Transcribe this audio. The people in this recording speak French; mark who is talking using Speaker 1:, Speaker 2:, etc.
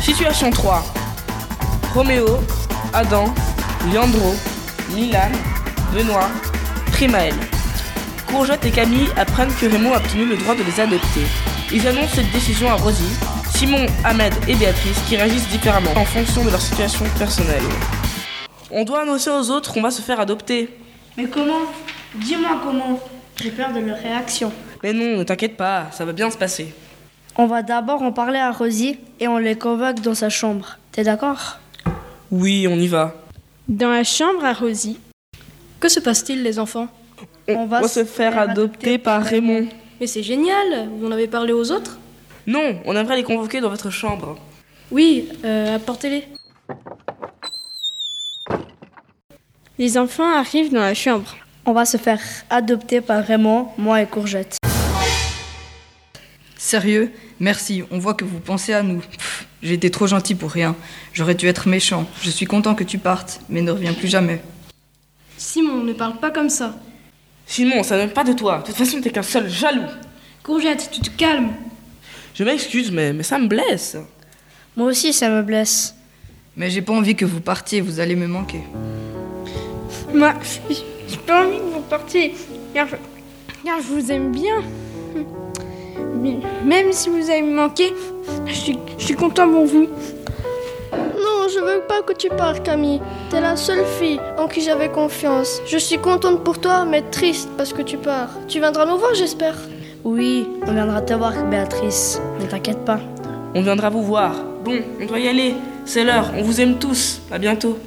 Speaker 1: Situation 3. Roméo, Adam, Leandro, Milan, Benoît, Primaël. Courgette et Camille apprennent que Raymond a obtenu le droit de les adopter. Ils annoncent cette décision à Rosie, Simon, Ahmed et Béatrice qui réagissent différemment en fonction de leur situation personnelle. On doit annoncer aux autres qu'on va se faire adopter.
Speaker 2: Mais comment Dis-moi comment J'ai peur de leur réaction.
Speaker 1: Mais non, ne t'inquiète pas, ça va bien se passer.
Speaker 2: On va d'abord en parler à Rosie et on les convoque dans sa chambre. T'es d'accord
Speaker 1: Oui, on y va.
Speaker 3: Dans la chambre à Rosie. Que se passe-t-il, les enfants
Speaker 1: On, va, se faire adopter par Raymond.
Speaker 3: Mais c'est génial Vous en avez parlé aux autres
Speaker 1: Non, on aimerait les convoquer dans votre chambre.
Speaker 3: Oui, euh, apportez-les. Les enfants arrivent dans la chambre.
Speaker 2: On va se faire adopter par Raymond, moi et Courgette.
Speaker 4: Sérieux Merci, on voit que vous pensez à nous. Pff, J'ai été trop gentil pour rien. J'aurais dû être méchant. Je suis content que tu partes, mais ne reviens plus jamais.
Speaker 3: Simon, ne parle pas comme ça.
Speaker 1: Simon, ça ne vient pas de toi. De toute façon, t'es qu'un seul jaloux.
Speaker 3: Courgette, tu te calmes.
Speaker 1: Je m'excuse, mais, mais ça me blesse.
Speaker 2: Moi aussi, ça me blesse.
Speaker 4: Mais j'ai pas envie que vous partiez, vous allez me manquer.
Speaker 5: Moi, j'ai pas envie que vous partiez. Car je, car je vous aime bien. Mais même si vous avez manqué, je suis, je suis content pour vous.
Speaker 6: Non, je veux pas que tu partes, Camille. T'es la seule fille en qui j'avais confiance. Je suis contente pour toi, mais triste parce que tu pars. Tu viendras nous voir, j'espère.
Speaker 2: Oui, on viendra te voir, Béatrice. Ne t'inquiète pas.
Speaker 1: On viendra vous voir. Bon, on doit y aller. C'est l'heure. On vous aime tous. À bientôt.